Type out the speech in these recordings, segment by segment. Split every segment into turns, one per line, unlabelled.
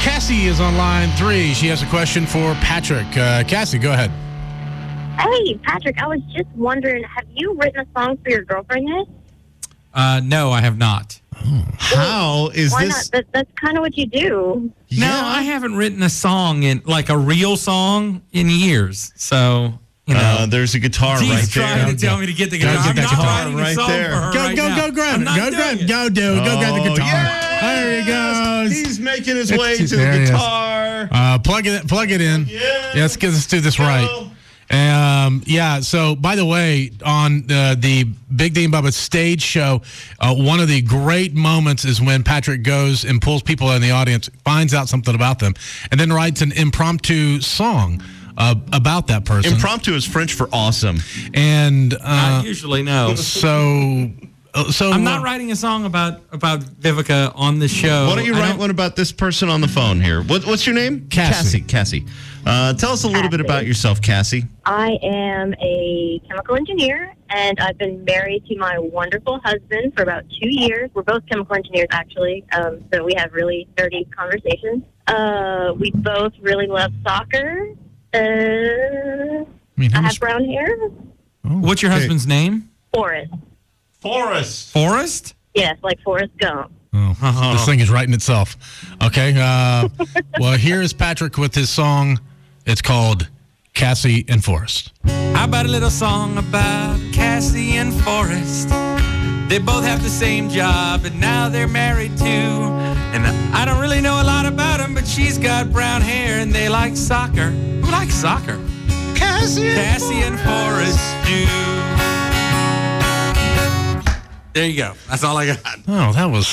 Cassie is on line three. She has a question for Patrick. Uh, Cassie, go ahead.
Hey, Patrick, I was just wondering, have you written a song for your girlfriend yet?
Uh, no, I have not.
How is
Why
this?
not? That, that's kind of what you do.
No, I haven't written a song in like a real song in years. So you know,
Uh, there's a guitar
he's
right there.
trying to tell me to get the
Gotta
guitar.
get
I'm
that
not
guitar
writing
right
a song
there.
for her
Go,
right
go,
now.
go, grab
I'm
it.
not
Go,
doing
grab,
it.
go, do, go, grab the
Oh,
guitar.
yes!
There he goes.
He's making his
It's-
way to the
there he is.
guitar.
Uh, plug it, plug it in.
Yes.
let's get let's do this right. Um, yeah. So, by the way, on uh, the Big Dean Bubba stage show, uh, one of the great moments is when Patrick goes and pulls people in the audience, finds out something about them, and then writes an impromptu song uh, about that person.
Impromptu is French for awesome.
and
I
uh,
usually know.
so, uh, so
I'm not writing a song about about Vivica on the show.
Why don't
Oh,
you
I
write
don't-
one about this person on the phone here? What, what's your name?
Cassie.
Cassie. Cassie. Uh, tell us a little bit
Cassie.
about yourself, Cassie.
I am a chemical engineer, and I've been married to my wonderful husband for about two years. We're both chemical engineers, actually, um, so we have really dirty conversations. Uh, we both really love soccer. Uh,
I mean, how
I
much-
have brown hair.
What's your
Okay.
husband's name?
Forrest.
Forrest.
Forrest.
Yes, like Forrest Gump.
Oh, this thing is writing itself. Okay. Uh, well, here is Patrick with his song. It's called Cassie and Forrest.
How about a little song about Cassie and Forrest? They both have the same job, and now they're married too. And I don't really know a lot about them, but she's got brown hair, and they like soccer. Who likes soccer?
Cassie.
Cassie and Forrest do. There you go. That's all I got.
Oh, that was.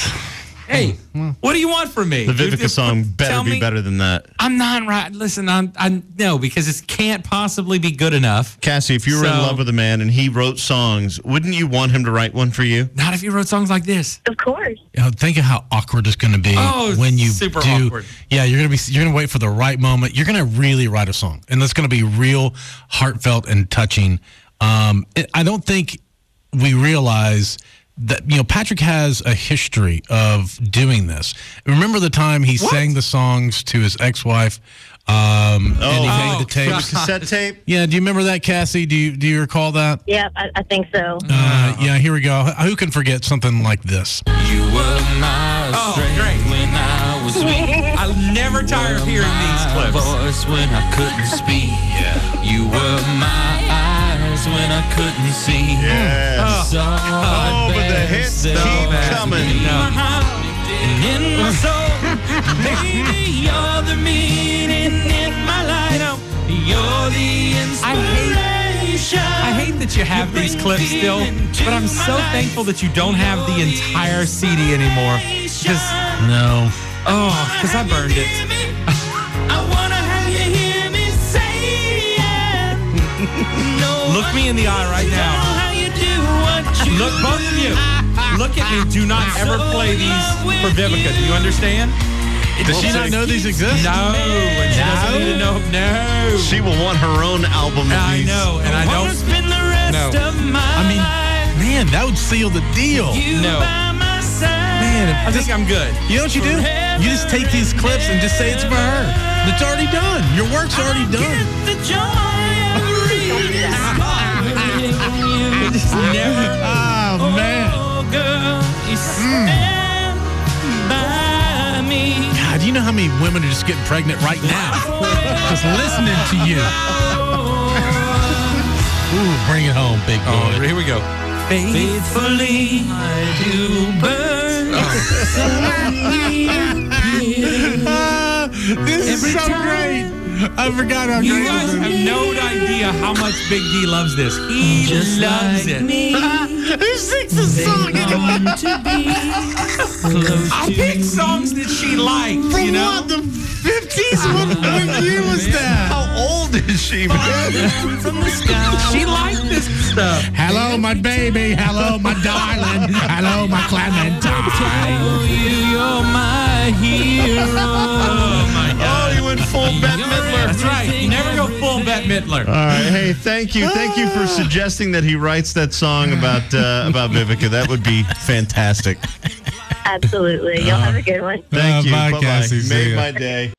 Hey, what do you want from me?
The Vivica song better
tell
be
me-
better than that.
I'm not right. Listen, I'm, I'm no because it can't possibly be good enough.
Cassie, if you were in
So-
love with a man and he wrote songs, wouldn't you want him to write one for you?
Not if you wrote songs like this.
Of course.
You know, think of how awkward it's going to be
Oh,
when you
super
do.
awkward.
Yeah, you're going to be. You're going to wait for the right moment. You're going to really write a song, and that's going to be real, heartfelt and touching. Um, it, I don't think we realize that you know Patrick has a history of doing this. Remember the time he sang the songs to his ex-wife, um, and he
Oh,
made the tapes.
Cassette tape?
Yeah, do you remember that, Cassie? Do you do you recall that?
Yeah, I, I think so.
Uh, yeah, here we go. Who can forget something like this?
You were my
Oh,
strength
great.
when I was weak.
I'm never tired of hearing these
My
clips.
voice when I couldn't speak. You were my eyes when I couldn't see.
Yes.
So
Oh,
oh,
but the hits keep coming.
And in my soul, maybe you're the meaning in my life. You're the
I hate-
inspiration.
I hate that you have these clips still, but I'm so thankful that you don't have the entire CD anymore. Because,
No.
oh, because I burned it. Look me in the eye right now. Look, both of you. Look at me. Do not ever play these for Vivica. Do you understand?
Does she not know these exist?
No, and she doesn't even know. No.
She will want her own album. of
I
these.
know, and I don't. No.
I mean, man, that would seal the deal.
No. Man, I think I'm good.
You know what you do? You just take these clips and just say it's for her. It's already done. Your work's already done.
Just never.
Oh man. God, do you know how many women are just getting pregnant right now? just listening to you. Ooh, bring it home, big
Oh,
boy.
here we go.
Faithfully, I do burn.
Ah, this is so great. I forgot how
You
great
guys
this
have no idea how much Big D loves this. He
Just
loves
like
it.
me.
I pick songs that she likes, you know?
the 50s? What, what year was that?
How old is she? man?
She liked this stuff.
Hello, my baby. Hello, my darling. Hello, my Clementine.
Oh, you, you're my hero.
oh, you went full Bette Midler.
That's right. You never go full Bette Midler.
All right. Hey, thank you. Thank you for
Ah.
suggesting that he writes that song about uh, about Vivica. That would be fantastic.
Absolutely. You'll have a good one.
Thank you.
bye,
Bye-bye.
Uh,
Cassie. See
Made
ya.
my day.